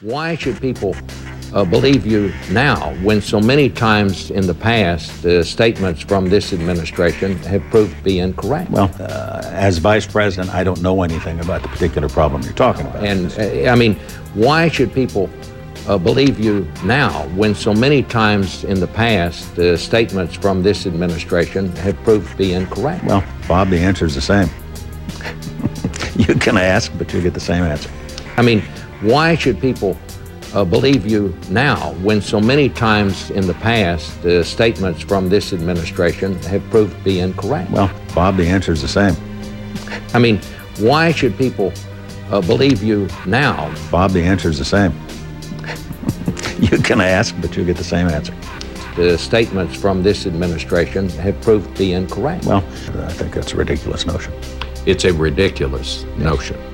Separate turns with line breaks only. Why should people uh, believe you now when so many times in the past uh, statements from this administration have proved to be incorrect?
Well, uh, as vice president, I don't know anything about the particular problem you're talking about.
And uh, I mean, why should people uh, believe you now when so many times in the past uh, statements from this administration have proved to be incorrect?
well, Bob, the answer is the same. you can ask, but you get the same answer.
I mean, why should people uh, believe you now when so many times in the past uh, statements from this administration have proved to be incorrect?
Well, Bob, the answer is the same.
I mean, why should people uh, believe you now?
Bob, the answer is the same. you can ask, but you get the same answer.
The statements from this administration have proved to be incorrect.
Well, I think that's a ridiculous notion.
it's a ridiculous notion.